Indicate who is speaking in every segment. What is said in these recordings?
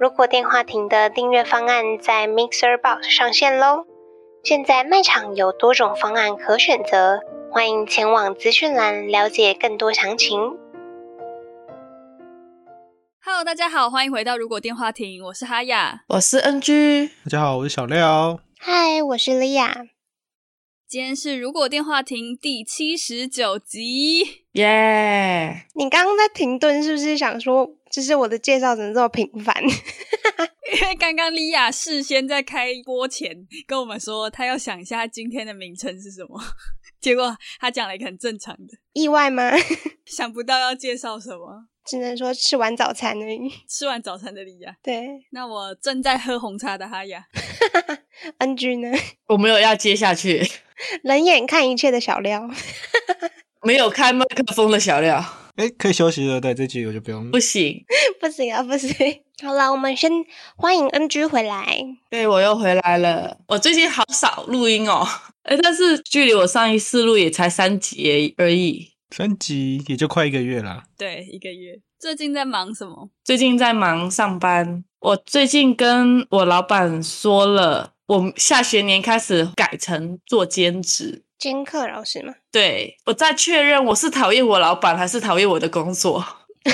Speaker 1: 如果电话亭的订阅方案在 Mixer Box 上线喽。现在卖场有多种方案可选择，欢迎前往资讯栏了解更多详情。
Speaker 2: Hello，大家好，欢迎回到《如果电话亭》，我是哈雅。
Speaker 3: 我是 NG，
Speaker 4: 大家好，我是小廖。
Speaker 1: 嗨，我是莉亚。
Speaker 2: 今天是《如果电话亭》第七十九集，
Speaker 3: 耶、
Speaker 5: 你刚刚在停顿，是不是想说，就是我的介绍怎么这么频繁？
Speaker 2: 因为刚刚莉亚事先在开播前跟我们说，她要想一下今天的名称是什么， 结果她讲了一个很正常的，
Speaker 5: 意外吗？
Speaker 2: 想不到要介绍什么。
Speaker 5: 只能说吃完早餐而已。
Speaker 2: 吃完早餐的莉亚，
Speaker 5: 对
Speaker 2: 那我正在喝红茶的哈雅，
Speaker 5: ，NG 呢？
Speaker 3: 我没有要接下去，
Speaker 5: 冷眼看一切的小廖，
Speaker 3: 没有开麦克风的小廖，
Speaker 4: 哎，可以休息了，对，这集我就不用
Speaker 3: 不。行。
Speaker 5: 不行啊，不行。
Speaker 1: 好了，我们先欢迎 NG 回来。
Speaker 3: 对我又回来了，我最近好少录音哦，哎，但是距离我上一次录也才三集而已。
Speaker 4: 三集也就快一个月啦。
Speaker 2: 对，一个月。最近在忙什么？
Speaker 3: 最近在忙上班，我最近跟我老板说了，我下学年开始改成做兼职。
Speaker 5: 兼课老师嘛，
Speaker 3: 对我在确认我是讨厌我老板还是讨厌我的工作，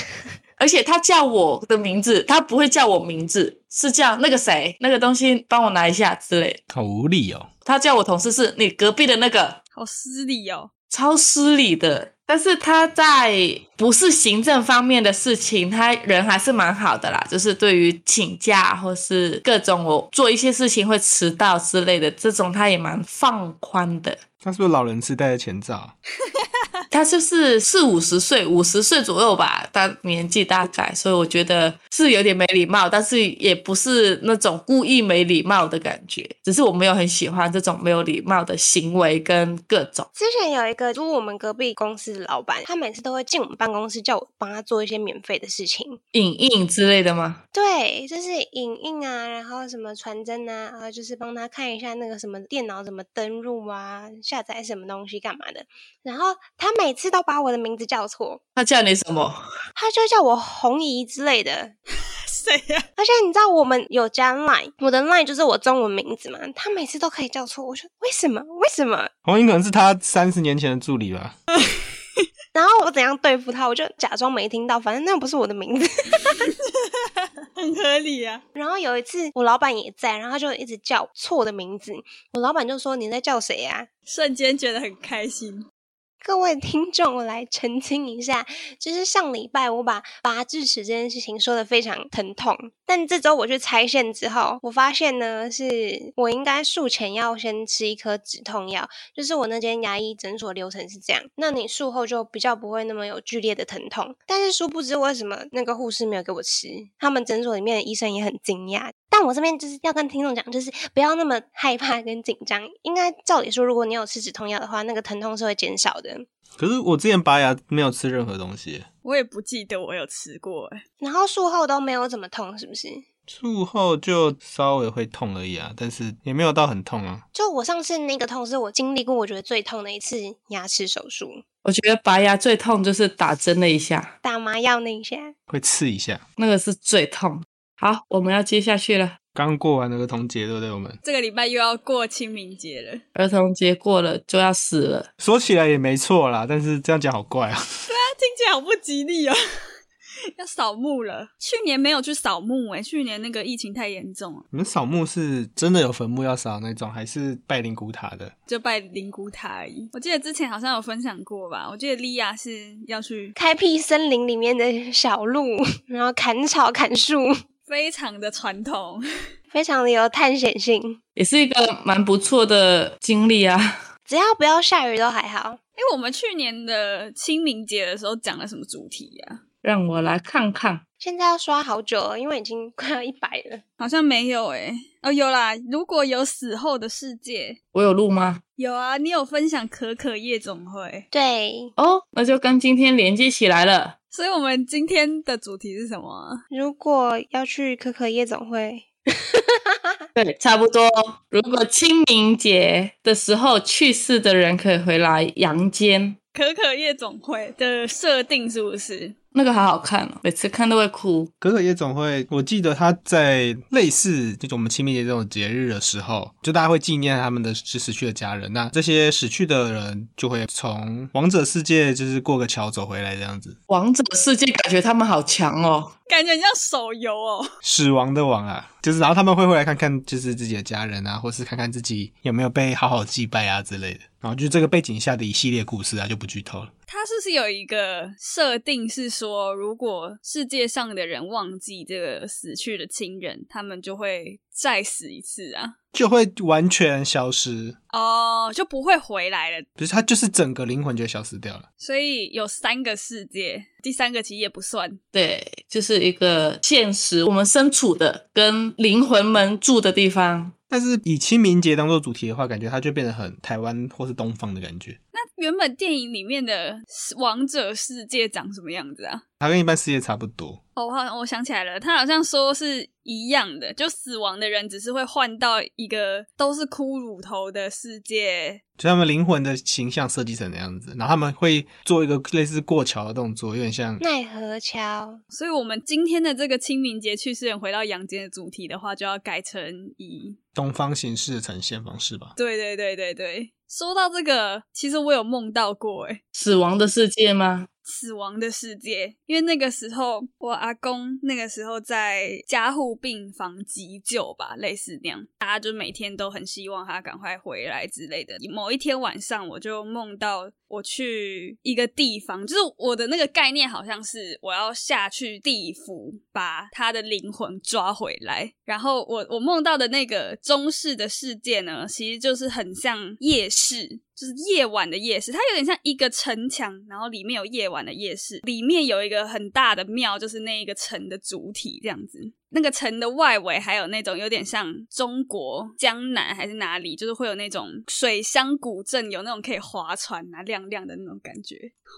Speaker 3: 而且他叫我的名字，他不会叫我名字，是叫那个谁那个东西帮我拿一下之类的。
Speaker 4: 好无力哦。
Speaker 3: 他叫我同事是你隔壁的那个，
Speaker 2: 好失礼哦。
Speaker 3: 超失礼的。但是他在不是行政方面的事情，他人还是蛮好的啦。就是对于请假或是各种我做一些事情会迟到之类的，这种他也蛮放宽的。
Speaker 4: 他是不是老人痴呆的前兆？
Speaker 3: 他就是四五十岁，五十岁左右吧，他年纪大概，所以我觉得是有点没礼貌，但是也不是那种故意没礼貌的感觉，只是我没有很喜欢这种没有礼貌的行为跟各种。
Speaker 5: 之前有一个租我们隔壁公司的老板，他每次都会进我们办公室叫我帮他做一些免费的事情。
Speaker 3: 影印之类的吗？
Speaker 5: 对，就是影印啊，然后什么传真啊，然后就是帮他看一下那个什么电脑怎么登录啊，下载什么东西干嘛的。然后他每次都把我的名字叫错，
Speaker 3: 他叫你什么？
Speaker 5: 他就叫我红姨之类的。
Speaker 2: 谁呀、
Speaker 5: 而且你知道我们有加 line，我的 line 就是我中文名字嘛，他每次都可以叫错，我说为什么？为什么？
Speaker 4: 红英可能是他三十年前的助理吧。
Speaker 5: 然后我怎样对付他？我就假装没听到，反正那不是我的名字。
Speaker 2: 很合理啊。
Speaker 5: 然后有一次我老板也在，然后他就一直叫错我的名字，我老板就说你在叫谁啊呀、
Speaker 2: 瞬间觉得很开心。
Speaker 5: 各位听众，我来澄清一下，就是上礼拜我把拔智齿这件事情说的非常疼痛，但这周我去拆线之后，我发现呢，是我应该术前要先吃一颗止痛药，就是我那间牙医诊所流程是这样，那你术后就比较不会那么有剧烈的疼痛。但是殊不知为什么那个护士没有给我吃，他们诊所里面的医生也很惊讶，但我这边就是要跟听众讲，就是不要那么害怕跟紧张。应该照理说，如果你有吃止痛药的话，那个疼痛是会减少的。
Speaker 4: 可是我之前拔牙没有吃任何东西，
Speaker 2: 我也不记得我有吃过哎、
Speaker 5: 然后术后都没有怎么痛，是不是？
Speaker 4: 术后就稍微会痛而已啊，但是也没有到很痛啊。
Speaker 5: 就我上次那个痛是我经历过我觉得最痛的一次牙齿手术，
Speaker 3: 我觉得拔牙最痛就是打针那一下，
Speaker 5: 打麻药那一下。
Speaker 4: 会刺一下。
Speaker 3: 那个是最痛。好，我们要接下去了。
Speaker 4: 刚过完那个童节，对不对？我们
Speaker 2: 这个礼拜又要过清明节了，
Speaker 3: 儿童节过了就要死了，
Speaker 4: 说起来也没错啦，但是这样讲好怪啊。
Speaker 2: 那听起来好不吉利哦。 要扫墓了，去年没有去扫墓哎、去年那个疫情太严重啊了，
Speaker 4: 你们扫墓是真的有坟墓要扫那种，还是拜灵骨塔的？
Speaker 2: 就拜灵骨塔而已。我记得之前好像有分享过吧，我记得莉亚是要去，
Speaker 5: 开辟森林里面的小路，然后砍草砍树，
Speaker 2: 非常的传统，
Speaker 5: 非常的有探险性。
Speaker 3: 也是一个蛮不错的经历啊。
Speaker 5: 只要不要下雨都还好。
Speaker 2: 哎、我们去年的清明节的时候讲了什么主题啊呀、
Speaker 3: 让我来看看，
Speaker 5: 现在要刷好久了，因为已经快要一百了。
Speaker 2: 好像没有哎、哦，有啦，如果有死后的世界，
Speaker 3: 我有录吗？
Speaker 2: 有啊，你有分享可可夜总会，
Speaker 5: 对，
Speaker 3: 哦，那就跟今天连接起来了。
Speaker 2: 所以我们今天的主题是什么啊？
Speaker 5: 如果要去可可夜总会，
Speaker 3: 对，差不多。如果清明节的时候去世的人可以回来阳间，
Speaker 2: 可可夜总会的设定是不是？
Speaker 3: 那个好好看哦，每次看都会哭。
Speaker 4: 可可夜总会，我记得他在类似这种我们清明节这种节日的时候，就大家会纪念他们的是死去的家人。那这些死去的人就会从王者世界就是过个桥走回来这样子，
Speaker 3: 王者世界感觉他们好强哦。
Speaker 2: 感觉很像手游哦。
Speaker 4: 死亡的亡啊，就是然后他们会回来看看就是自己的家人啊，或是看看自己有没有被好好祭拜啊之类的。然后就这个背景下的一系列故事啊，就不剧透了。
Speaker 2: 它是不是有一个设定是说，如果世界上的人忘记这个死去的亲人，他们就会再死一次啊？
Speaker 4: 就会完全消失，
Speaker 2: 哦、就不会回来了。
Speaker 4: 不是他就是整个灵魂就消失掉了。
Speaker 2: 所以有三个世界，第三个其实也不算。
Speaker 3: 对，就是一个现实我们身处的跟灵魂们住的地方。
Speaker 4: 但是以清明节当做主题的话，感觉它就变得很台湾或是东方的感觉。
Speaker 2: 那原本电影里面的王者世界长什么样子啊？
Speaker 4: 它跟一般世界差不多，
Speaker 2: 哦，我好像我想起来了，他好像说是一样的，就死亡的人只是会换到一个都是骷髅头的世界，
Speaker 4: 就他们灵魂的形象设计成那样子，然后他们会做一个类似过桥的动作，有点像
Speaker 5: 奈何桥。
Speaker 2: 所以，我们今天的这个清明节去世人回到阳间的主题的话，就要改成以
Speaker 4: 东方形式的呈现方式吧。
Speaker 2: 对对对对对。说到这个，其实我有梦到过欸诶
Speaker 3: 死亡的世界吗？
Speaker 2: 死亡的世界，因为那个时候我阿公那个时候在加护病房急救吧，类似那样，大家就每天都很希望他赶快回来之类的。某一天晚上，我就梦到我去一个地方，就是我的那个概念好像是我要下去地府把他的灵魂抓回来，然后我我梦到的那个中式的世界呢，其实就是很像夜市，就是夜晚的夜市，它有点像一个城墙，然后里面有夜晚的夜市，里面有一个很大的庙，就是那一个城的主体这样子。那个城的外围还有那种有点像中国江南还是哪里，就是会有那种水乡古镇，有那种可以划船啊、亮亮的那种感觉。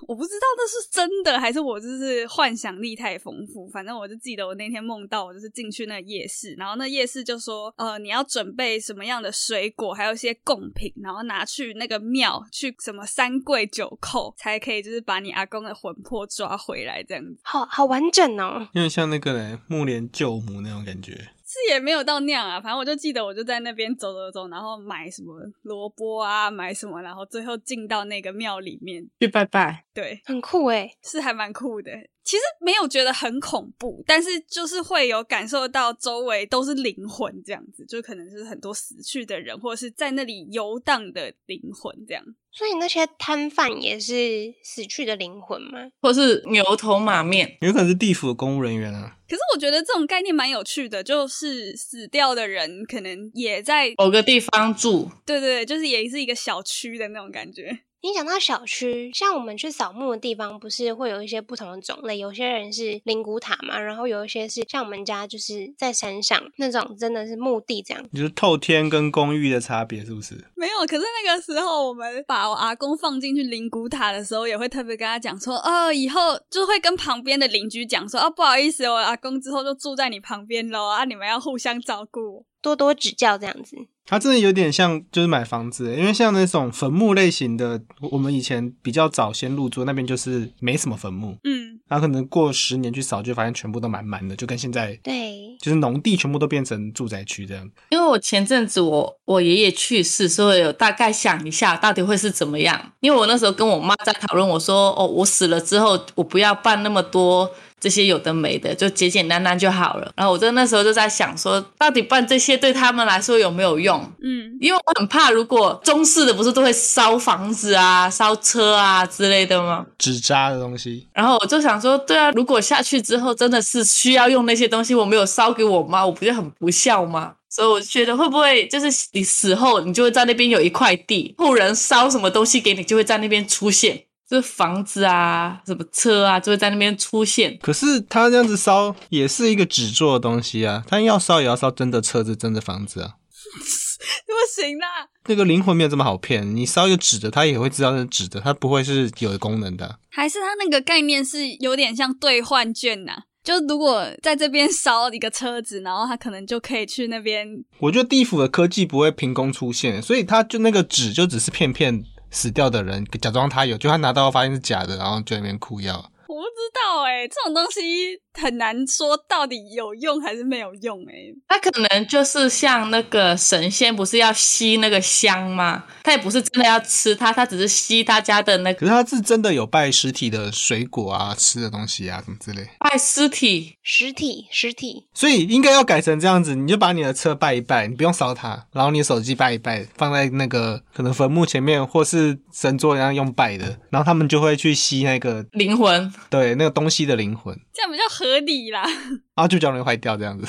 Speaker 2: 我不知道那是真的还是我就是幻想力太丰富。反正我就记得我那天梦到，我就是进去那个夜市，然后那夜市就说，呃，你要准备什么样的水果，还有一些贡品，然后拿去那个庙去什么三跪九叩，才可以就是把你阿公的魂魄抓回来这样子。
Speaker 5: 好好完整哦，
Speaker 4: 有点像那个嘞木莲救母那种感觉。
Speaker 2: 是也没有到那样啊，反正我就记得我就在那边走走走，然后买什么萝卜啊，买什么，然后最后进到那个庙里面，
Speaker 3: 去拜拜。
Speaker 2: 对，
Speaker 5: 很酷诶。
Speaker 2: 是还蛮酷的。其实没有觉得很恐怖，但是就是会有感受到周围都是灵魂这样子，就可能是很多死去的人，或者是在那里游荡的灵魂这样。
Speaker 5: 所以那些摊贩也是死去的灵魂吗？
Speaker 3: 或是牛头马面，
Speaker 4: 有可能是地府的公务人员啊，
Speaker 2: 可是我觉得这种概念蛮有趣的，就是死掉的人可能也在，
Speaker 3: 某个地方住，
Speaker 2: 对对对，就是也是一个小区的那种感觉。
Speaker 5: 你讲到小区，像我们去扫墓的地方，不是会有一些不同的种类？有些人是灵骨塔嘛，然后有一些是像我们家就是在山上那种，真的是墓地这样。
Speaker 4: 你就是透天跟公寓的差别是不是？
Speaker 2: 没有，可是那个时候我们把我阿公放进去灵骨塔的时候，也会特别跟他讲说，哦，以后就会跟旁边的邻居讲说，哦，不好意思，我阿公之后就住在你旁边喽，啊，你们要互相照顾。
Speaker 5: 多多指教这样子。
Speaker 4: 它真的有点像就是买房子，欸因为像那种坟墓类型的，我我们以前比较早先入住那边就是没什么坟墓，
Speaker 2: 嗯，
Speaker 4: 然后可能过十年去扫就发现全部都满满的，就跟现在
Speaker 5: 对，
Speaker 4: 就是农地全部都变成住宅区这样。
Speaker 3: 因为我前阵子我我爷爷去世，所以有大概想一下到底会是怎么样。因为我那时候跟我妈在讨论，我说哦，我死了之后我不要办那么多这些有的没的，就简简单单就好了。然后我就那时候就在想说，到底办这些对他们来说有没有用？
Speaker 2: 嗯，
Speaker 3: 因为我很怕，如果中式的不是都会烧房子啊、烧车啊之类的吗？
Speaker 4: 纸扎的东西，
Speaker 3: 然后我就想说，对啊，如果下去之后真的是需要用那些东西，我没有烧给我妈，我不就很不孝吗？所以我觉得会不会就是你死后，你就会在那边有一块地，后人烧什么东西给你，就会在那边出现。就是房子啊、什么车啊，就会在那边出现。
Speaker 4: 可是他这样子烧也是一个纸做的东西啊，他要烧也要烧真的车子、真的房子啊。
Speaker 2: 不行啦，
Speaker 4: 那个灵魂没有这么好骗，你烧一个纸的，他也会知道那是纸的，他不会是有功能的啊。
Speaker 2: 还是它那个概念是有点像兑换券呐、就如果在这边烧一个车子，然后他可能就可以去那边。
Speaker 4: 我觉得地府的科技不会凭空出现，所以他就那个纸就只是骗骗死掉的人，假装他有，就他拿到发现是假的，然后就在那边哭药。
Speaker 2: 我不知道哎、这种东西很难说到底有用还是没有用哎、
Speaker 3: 他可能就是像那个神仙，不是要吸那个香吗？他也不是真的要吃它，他只是吸他家的那
Speaker 4: 可
Speaker 3: 个
Speaker 4: 是他是真的有拜尸体的水果啊、吃的东西啊什么之类，
Speaker 3: 拜尸体。
Speaker 5: 实体实体，
Speaker 4: 所以应该要改成这样子，你就把你的车拜一拜，你不用烧它，然后你的手机拜一拜，放在那个可能坟墓前面或是神座一样用拜的，然后他们就会去吸那个
Speaker 3: 灵魂
Speaker 4: 对那个东西的灵魂，
Speaker 2: 这样比较合理啦。
Speaker 4: 然后就比较容易坏掉这样子。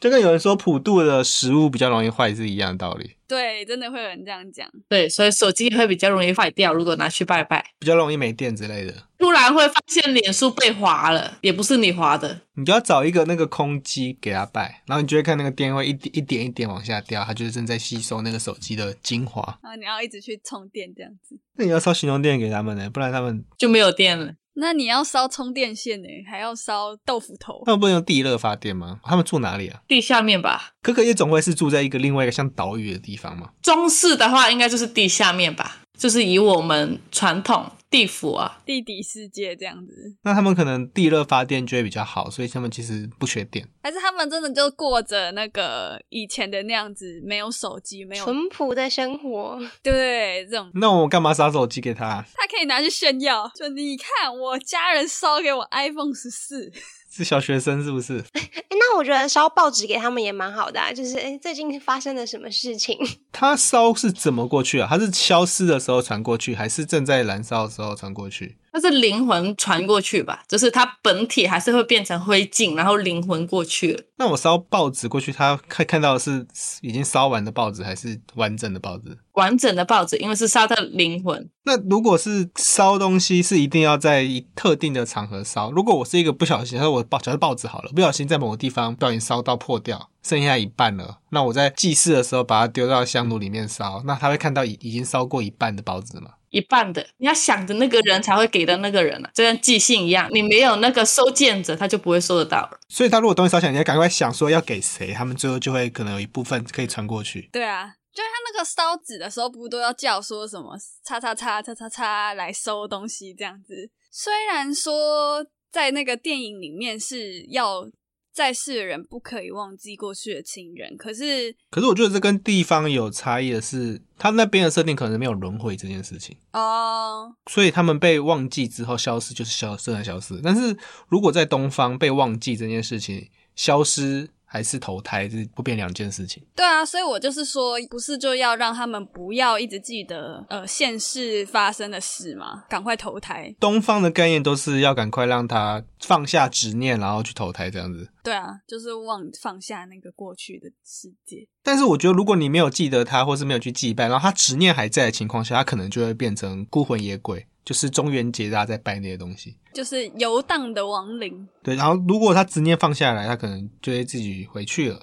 Speaker 4: 就跟有人说普渡的食物比较容易坏是一样的道理。
Speaker 2: 对，真的会有人这样讲。
Speaker 3: 对，所以手机会比较容易坏掉，如果拿去拜拜，
Speaker 4: 比较容易没电之类的。
Speaker 3: 突然会发现脸书被划了，也不是你划的，
Speaker 4: 你就要找一个那个空机给它拜，然后你就会看那个电会一点一点一点往下掉，它就是正在吸收那个手机的精华。
Speaker 2: 然后你要一直去充电这样子。
Speaker 4: 那你要烧行动电给他们呢，不然他们
Speaker 3: 就没有电了。
Speaker 2: 那你要烧充电线呢、还要烧豆腐头
Speaker 4: 他。们不能用地热发电吗？他们住哪里啊？
Speaker 3: 地下面吧，
Speaker 4: 可可夜总会是住在一个另外一个像岛屿的地方吗？
Speaker 3: 中式的话应该就是地下面吧，就是以我们传统地府啊，
Speaker 2: 地底世界这样子，
Speaker 4: 那他们可能地热发电就会比较好，所以他们其实不缺电。
Speaker 2: 还是他们真的就过着那个以前的那样子，没有手机，没有
Speaker 5: 淳朴的生活。
Speaker 2: 对这种，
Speaker 4: 那我干嘛烧手机给他？啊
Speaker 2: 他可以拿去炫耀。就你看，我家人烧给我 iPhone 十四，
Speaker 4: 是小学生是不是？
Speaker 5: 哎，那我觉得烧报纸给他们也蛮好的、啊，就是哎，最近发生了什么事情？
Speaker 4: 他烧是怎么过去啊？他是消失的时候传过去，还是正在燃烧的时候传过去？
Speaker 3: 它是灵魂传过去吧，就是它本体还是会变成灰烬，然后灵魂过去了。
Speaker 4: 那我烧报纸过去，他看看到的是已经烧完的报纸，还是完整的报纸？
Speaker 3: 完整的报纸，因为是烧到灵魂，
Speaker 4: 那如果是烧东西，是一定要在一特定的场合烧。如果我是一个不小心，像我报假设报纸好了，不小心在某个地方不小心烧到破掉，剩下一半了，那我在祭祀的时候把它丢到香炉里面烧，那他会看到已已经烧过一半的报纸吗？
Speaker 3: 一半的，你要想着那个人才会给到那个人啊，就像寄信一样，你没有那个收件者，他就不会收得到了。
Speaker 4: 所以他如果东西烧起来，你要赶快想说要给谁，他们最后就会可能有一部分可以传过去。
Speaker 2: 对啊。就是他那个烧纸的时候，不都要叫说什么“叉叉叉叉叉叉”来收东西这样子？虽然说在那个电影里面是要在世的人不可以忘记过去的亲人，可是
Speaker 4: 可是我觉得这跟地方有差异的是，他那边的设定可能没有轮回这件事情。
Speaker 2: 哦，
Speaker 4: 所以他们被忘记之后消失就是消自然消失。但是如果在东方被忘记这件事情，消失还是投胎这不变两件事情。
Speaker 2: 对啊，所以我就是说，不是就要让他们不要一直记得呃现世发生的事嘛，赶快投胎。
Speaker 4: 东方的概念都是要赶快让他放下执念，然后去投胎这样子。
Speaker 2: 对啊，就是忘放下那个过去的世界。
Speaker 4: 但是我觉得，如果你没有记得他，或是没有去祭拜，然后他执念还在的情况下，他可能就会变成孤魂野鬼，就是中元节大家在拜那些东西。
Speaker 2: 就是游荡的亡灵，
Speaker 4: 对，然后如果他执念放下来，他可能就会自己回去了。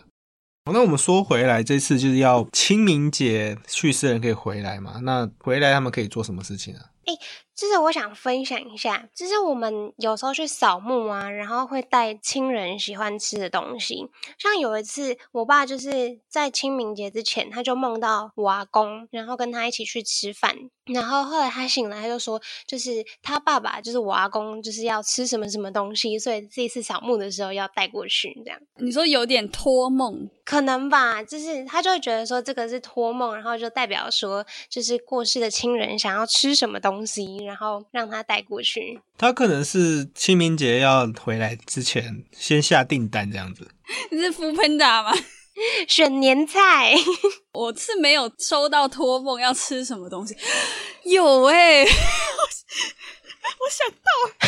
Speaker 4: 好那我们说回来，这次就是要清明节去世的人可以回来嘛？那回来他们可以做什么事情啊？
Speaker 5: 就是我想分享一下，就是我们有时候去扫墓啊，然后会带亲人喜欢吃的东西。像有一次，我爸就是在清明节之前，他就梦到我阿公，然后跟他一起去吃饭。然后后来他醒来，他就说，就是他爸爸，就是我阿公，就是要吃什么什么东西，所以这一次扫墓的时候要带过去，这样
Speaker 2: 你说有点托梦，
Speaker 5: 可能吧。就是他就会觉得说这个是托梦，然后就代表说，就是过世的亲人想要吃什么东西，然后让他带过去。
Speaker 4: 他可能是清明节要回来之前先下订单这样子。
Speaker 2: 你是福喷达吗？
Speaker 5: 选年菜，
Speaker 2: 我是没 有收到托梦要吃什么东西，有哎、欸 我想到，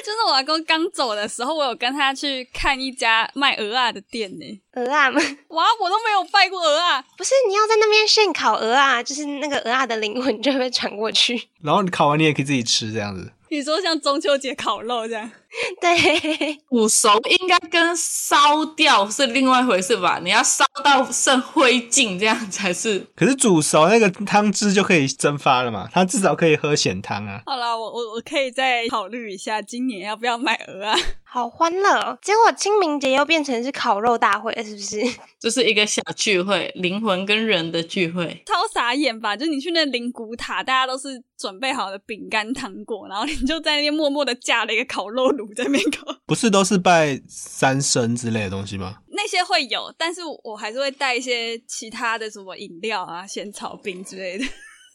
Speaker 2: 就是我阿公刚走的时候，我有跟他去看一家卖鹅啊的店呢、
Speaker 5: 鹅啊嘛，
Speaker 2: 哇，我都没有拜过鹅啊，
Speaker 5: 不是你要在那边现烤鹅啊，就是那个鹅啊的灵魂就会被传过去。
Speaker 4: 然后你烤完你也可以自己吃，这样子。
Speaker 2: 你说像中秋节烤肉这样，
Speaker 5: 对，
Speaker 3: 煮熟应该跟烧掉是另外一回事吧？你要烧到剩灰烬，这样才是
Speaker 4: 可是煮熟那个汤汁就可以蒸发了嘛，它至少可以喝咸汤啊。
Speaker 2: 好啦，我我我可以再考虑一下，今年要不要买鹅啊？
Speaker 5: 好欢乐哦。结果清明节又变成是烤肉大会了，是不是？
Speaker 3: 就是一个小聚会，灵魂跟人的聚会。
Speaker 2: 超傻眼吧！就你去那灵骨塔，大家都是准备好的饼干、糖果，然后你就在那边默默的架了一个烤肉炉在那边烤。
Speaker 4: 不是都是拜三牲之类的东西吗？
Speaker 2: 那些会有，但是我还是会带一些其他的什么饮料啊、仙草冰之 类的。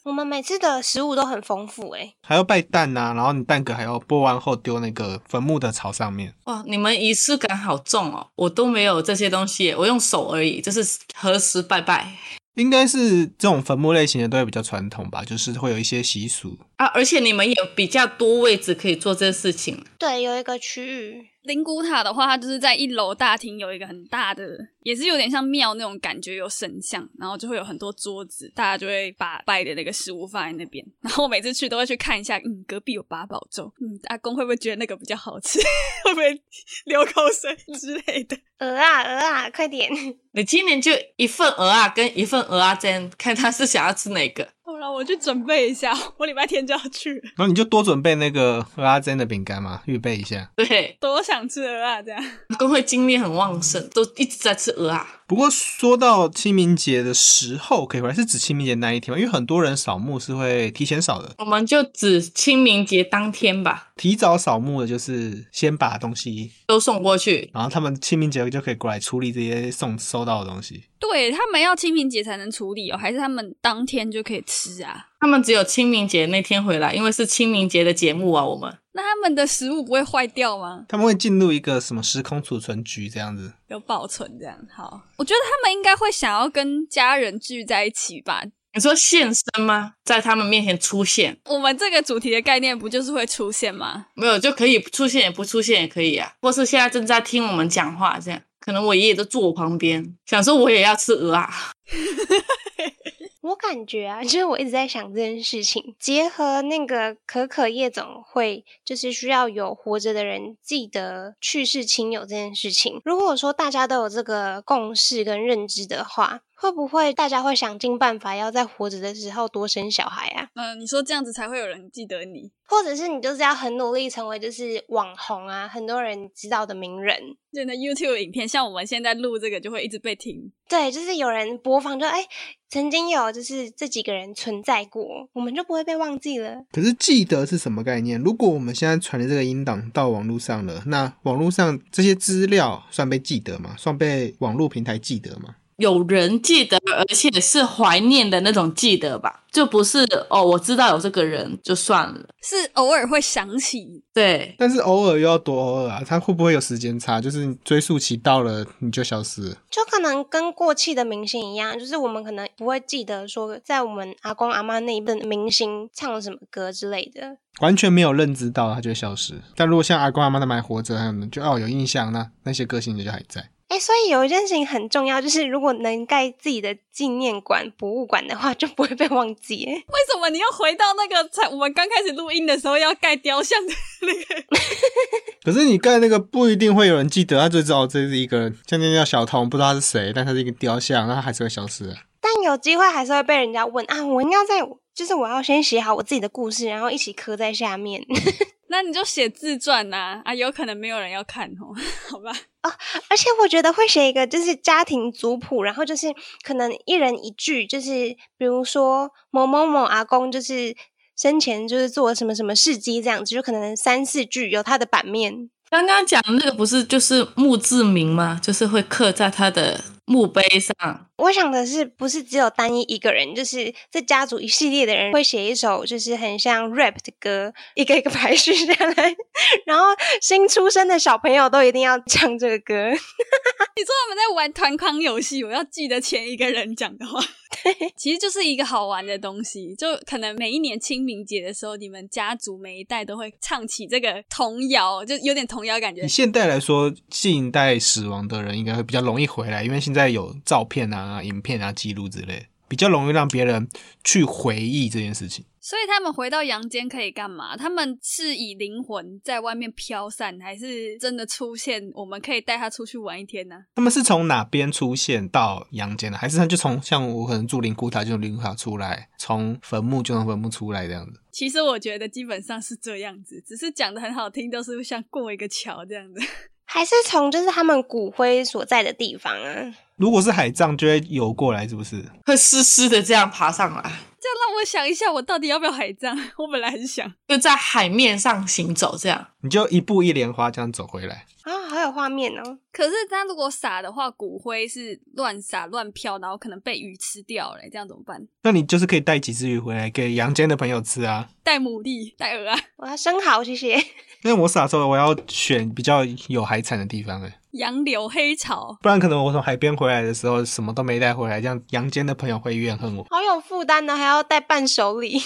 Speaker 5: 我们每次的食物都很丰富欸诶、
Speaker 4: 还要拜蛋呐、然后你蛋壳还要剥完后丢那个坟墓的草上面。
Speaker 3: 哇，你们仪式感好重哦！我都没有这些东西耶，我用手而已，就是何时拜拜
Speaker 4: 应该是这种坟墓类型的都会比较传统吧，就是会有一些习俗。
Speaker 3: 啊！而且你们也比较多位置可以做这事情。
Speaker 5: 对，有一个区域，
Speaker 2: 灵骨塔的话，它就是在一楼大厅有一个很大的，也是有点像庙那种感觉，有神像，然后就会有很多桌子，大家就会把拜的那个食物放在那边。然后我每次去都会去看一下，嗯，隔壁有八宝粥，嗯，阿公会不会觉得那个比较好吃？ 会不会流口水之类的？
Speaker 5: 鹅啊鹅啊，快点！
Speaker 3: 你今年就一份鹅啊，跟一份鹅啊煎，看他是想要吃哪个。
Speaker 2: 好了，我去准备一下，我礼拜天就要去了，
Speaker 4: 然后你就多准备那个阿珍的饼干嘛，预备一下。
Speaker 3: 对，
Speaker 2: 多想吃鹅啊！这样，
Speaker 3: 工会精力很旺盛，都一直在吃鹅啊。
Speaker 4: 不过说到清明节的时候可以回来，是指清明节那一天吗？因为很多人扫墓是会提前扫的，
Speaker 3: 我们就指清明节当天吧，
Speaker 4: 提早扫墓的就是先把东西，
Speaker 3: 都送过去。
Speaker 4: 然后他们清明节就可以过来处理这些送收到的东西。
Speaker 2: 对他们要清明节才能处理哦，还是他们当天就可以吃啊？
Speaker 3: 他们只有清明节那天回来，因为是清明节的节目啊。我们
Speaker 2: 那他们的食物不会坏掉吗？
Speaker 4: 他们会进入一个什么时空储存局这样子，
Speaker 2: 有保存这样好？我觉得他们应该会想要跟家人聚在一起吧。
Speaker 3: 你说现身吗？在他们面前出现，
Speaker 2: 我们这个主题的概念不就是会出现吗？
Speaker 3: 没有就可以出现，也不出现也可以啊。或是现在正在听我们讲话，这样可能我爷爷都坐我旁边，想说我也要吃鹅啊。
Speaker 5: 我感觉啊， 就是我一直在想这件事情，结合那个可可夜总会，就是需要有活着的人记得去世亲友这件事情。如果说大家都有这个共识跟认知的话，会不会大家会想尽办法要在活着的时候多生小孩啊？
Speaker 2: 嗯、你说这样子才会有人记得你。
Speaker 5: 或者是你就是要很努力成为就是网红啊，很多人知道的名人。
Speaker 2: 就那 YouTube 影片，像我们现在录这个就会一直被听。
Speaker 5: 对，就是有人播放就哎，曾经有就是这几个人存在过，我们就不会被忘记了。
Speaker 4: 可是记得是什么概念？如果我们现在传的这个音档到网络上了，那网络上这些资料算被记得吗？算被网络平台记得吗？
Speaker 3: 有人记得，而且是怀念的那种记得吧，就不是哦，我知道有这个人就算了。
Speaker 2: 是偶尔会想起，
Speaker 3: 对，
Speaker 4: 但是偶尔又要多偶尔啊，它会不会有时间差？就是你追溯期到了你就消失了。
Speaker 5: 就可能跟过气的明星一样，就是我们可能不会记得说，在我们阿公阿妈那一辈的明星唱了什么歌之类的。
Speaker 4: 完全没有认知到，它就会消失。但如果像阿公阿妈他们还活着，他们就哦有印象，那那些个性就还在。
Speaker 5: 哎，所以有一件事情很重要，就是如果能盖自己的纪念馆、博物馆的话，就不会被忘记耶。
Speaker 2: 为什么你要回到那个才我们刚开始录音的时候要盖雕像的 那个？
Speaker 4: 可是你盖那个不一定会有人记得，他就知道这是一个人，像那叫小童，不知道他是谁，但他是一个雕像，那他还是会消失的。
Speaker 5: 但有机会还是会被人家问啊，我应该在，就是我要先写好我自己的故事，然后一起刻在下面。
Speaker 2: 那你就写自传呐、啊，有可能没有人要看哦，好吧？
Speaker 5: 而且我觉得会写一个就是家庭族谱，然后就是可能一人一句，就是比如说某某某阿公就是生前就是做了什么什么事迹这样子，就可能三四句有他的版面。
Speaker 3: 刚刚讲的那个不是就是墓志铭吗？就是会刻在他的墓碑上。
Speaker 5: 我想的是，不是只有单一一个人，就是这家族一系列的人会写一首，就是很像 rap 的歌，一个一个排序下来，然后新出生的小朋友都一定要唱这个歌。
Speaker 2: 你说我们在玩团康游戏，我要记得前一个人讲的话。其实就是一个好玩的东西，就可能每一年清明节的时候，你们家族每一代都会唱起这个童谣，就有点童谣感觉
Speaker 4: 以。现代来说，近代死亡的人应该会比较容易回来，因为现在有照片啊、影片啊、记录之类，比较容易让别人去回忆这件事情。
Speaker 2: 所以他们回到阳间可以干嘛？他们是以灵魂在外面飘散，还是真的出现？我们可以带他出去玩一天呢、
Speaker 4: 他们是从哪边出现到阳间的？还是他就从像我可能住灵骨塔就从灵骨塔出来，从坟墓就从坟墓出来这样子？
Speaker 2: 其实我觉得基本上是这样子，只是讲的很好听，都是像过一个桥这样子。
Speaker 5: 还是从就是他们骨灰所在的地方啊？
Speaker 4: 如果是海葬，就会游过来，是不是？
Speaker 3: 会湿湿的这样爬上来，
Speaker 2: 这样让我想一下，我到底要不要海葬？ 我本来很想。
Speaker 3: 就在海面上行走这样。
Speaker 4: 你就一步一莲花这样走回来。
Speaker 5: 啊，好有画面哦！
Speaker 2: 可是他如果撒的话，骨灰是乱撒乱飘，然后可能被鱼吃掉了，这样怎么办？
Speaker 4: 那你就是可以带几只鱼回来给阳间的朋友吃啊。
Speaker 2: 带牡蛎，带鹅啊，
Speaker 5: 我要生蚝，谢 谢。
Speaker 4: 因为我撒的时候，我要选比较有海产的地方、欸，
Speaker 2: 杨柳黑草，
Speaker 4: 不然可能我从海边回来的时候什么都没带回来，这样阳间的朋友会怨恨我。
Speaker 5: 好有负担哦呢，还要带伴手礼。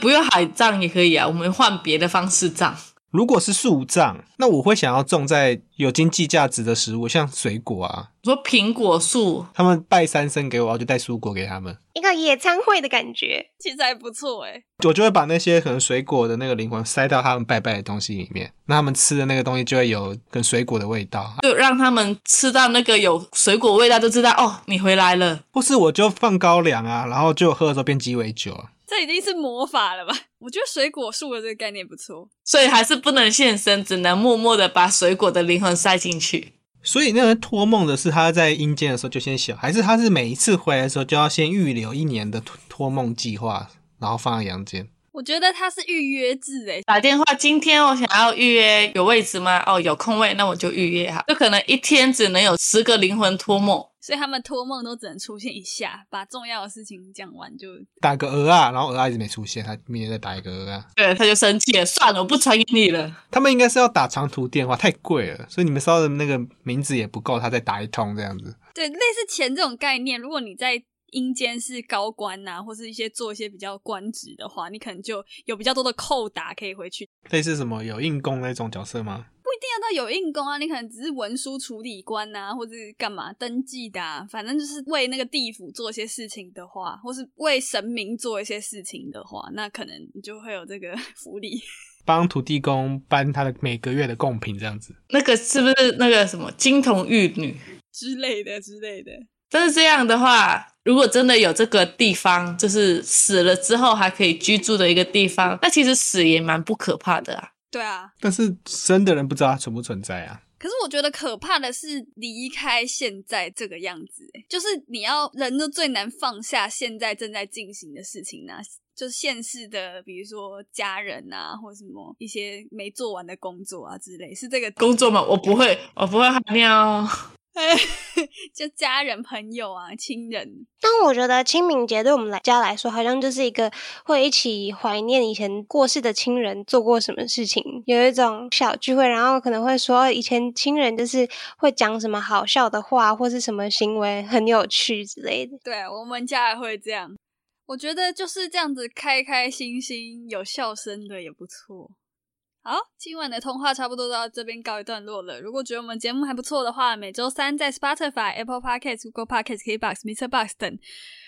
Speaker 3: 不用海葬也可以啊，我们换别的方式葬。
Speaker 4: 如果是树葬，那我会想要种在有经济价值的食物，像水果啊。
Speaker 3: 我说苹果树，
Speaker 4: 他们拜三牲给我，我就带蔬果给他们。
Speaker 5: 一个野餐会的感觉，
Speaker 2: 其实还不错哎。
Speaker 4: 我就会把那些可能水果的那个灵魂塞到他们拜拜的东西里面，那他们吃的那个东西就会有跟水果的味道，
Speaker 3: 就让他们吃到那个有水果味道，就知道哦，你回来了。
Speaker 4: 或是我就放高粱啊，然后就喝的时候变鸡尾酒啊。
Speaker 2: 这已经是魔法了吧？我觉得水果树的这个概念不错。
Speaker 3: 所以还是不能现身，只能默默的把水果的灵魂塞进去。
Speaker 4: 所以那个托梦的是他在阴间的时候就先想，还是他是每一次回来的时候就要先预留一年的托托梦计划，然后放在阳间？
Speaker 2: 我觉得它是预约制哎，
Speaker 3: 打电话，今天我想要预约，有位置吗？哦，有空位，那我就预约哈。就可能一天只能有十个灵魂托梦，
Speaker 2: 所以他们托梦都只能出现一下，把重要的事情讲完就。
Speaker 4: 打个鹅啊，然后鹅啊一直没出现，他明天再打一个鹅啊。
Speaker 3: 对，他就生气了，算了，我不传给你了。
Speaker 4: 他们应该是要打长途电话，太贵了，所以你们烧的那个名字也不够，他再打一通这样子。
Speaker 2: 对，类似钱这种概念，如果你在阴间是高官呐、或是一些做一些比较官职的话，你可能就有比较多的扣打可以回去。
Speaker 4: 类似什么有硬功那种角色吗？
Speaker 2: 不一定要到有印功啊，你可能只是文书处理官呐、或者干嘛登记的、啊，反正就是为那个地府做一些事情的话，或是为神明做一些事情的话，那可能你就会有这个福利。
Speaker 4: 帮土地公搬他的每个月的贡品这样子。
Speaker 3: 那个是不是那个什么金童玉女？
Speaker 2: 之类的之类的，
Speaker 3: 但是这样的话，如果真的有这个地方，就是死了之后还可以居住的一个地方，那其实死也蛮不可怕的啊。
Speaker 2: 对啊。
Speaker 4: 但是生的人不知道他存不存在啊。
Speaker 2: 可是我觉得可怕的是离开现在这个样子、欸就是你要人都最难放下现在正在进行的事情呢、就是现世的，比如说家人啊，或什么一些没做完的工作啊之类，是这个
Speaker 3: 工作嘛，我不会，我不会喊尿哦。
Speaker 2: 就家人、朋友啊、亲人，
Speaker 5: 但我觉得清明节对我们来家来说，好像就是一个会一起怀念以前过世的亲人做过什么事情，有一种小聚会，然后可能会说哦以前亲人就是会讲什么好笑的话，或是什么行为很有趣之类的。
Speaker 2: 对我们家也会这样。我觉得就是这样子，开开心心、有笑声的也不错。好，今晚的通话差不多到这边告一段落了。如果觉得我们节目还不错的话，每周三在 Spotify、Apple Podcast、Google Podcast、KBox、Mr. Box 等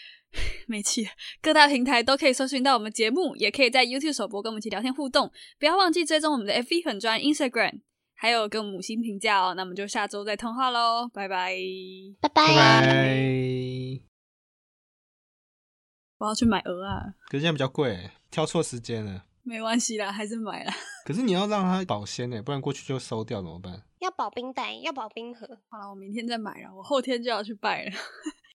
Speaker 2: 没气了各大平台都可以搜寻到我们节目，也可以在 YouTube 首播跟我们一起聊天互动。不要忘记追踪我们的 FB 粉专、Instagram，还有给我们五星评价哦。那我们就下周再通话喽，拜拜！
Speaker 1: 拜拜。
Speaker 4: 拜拜。
Speaker 2: 我要去买鹅啊，
Speaker 4: 可是现在比较贵，挑错时间了。
Speaker 2: 没关系啦，还是买啦。
Speaker 4: 可是你要让它保鲜欸呢，不然过去就收掉怎么办？
Speaker 5: 要保冰袋，要保冰盒。
Speaker 2: 好了，我明天再买了，我后天就要去拜了。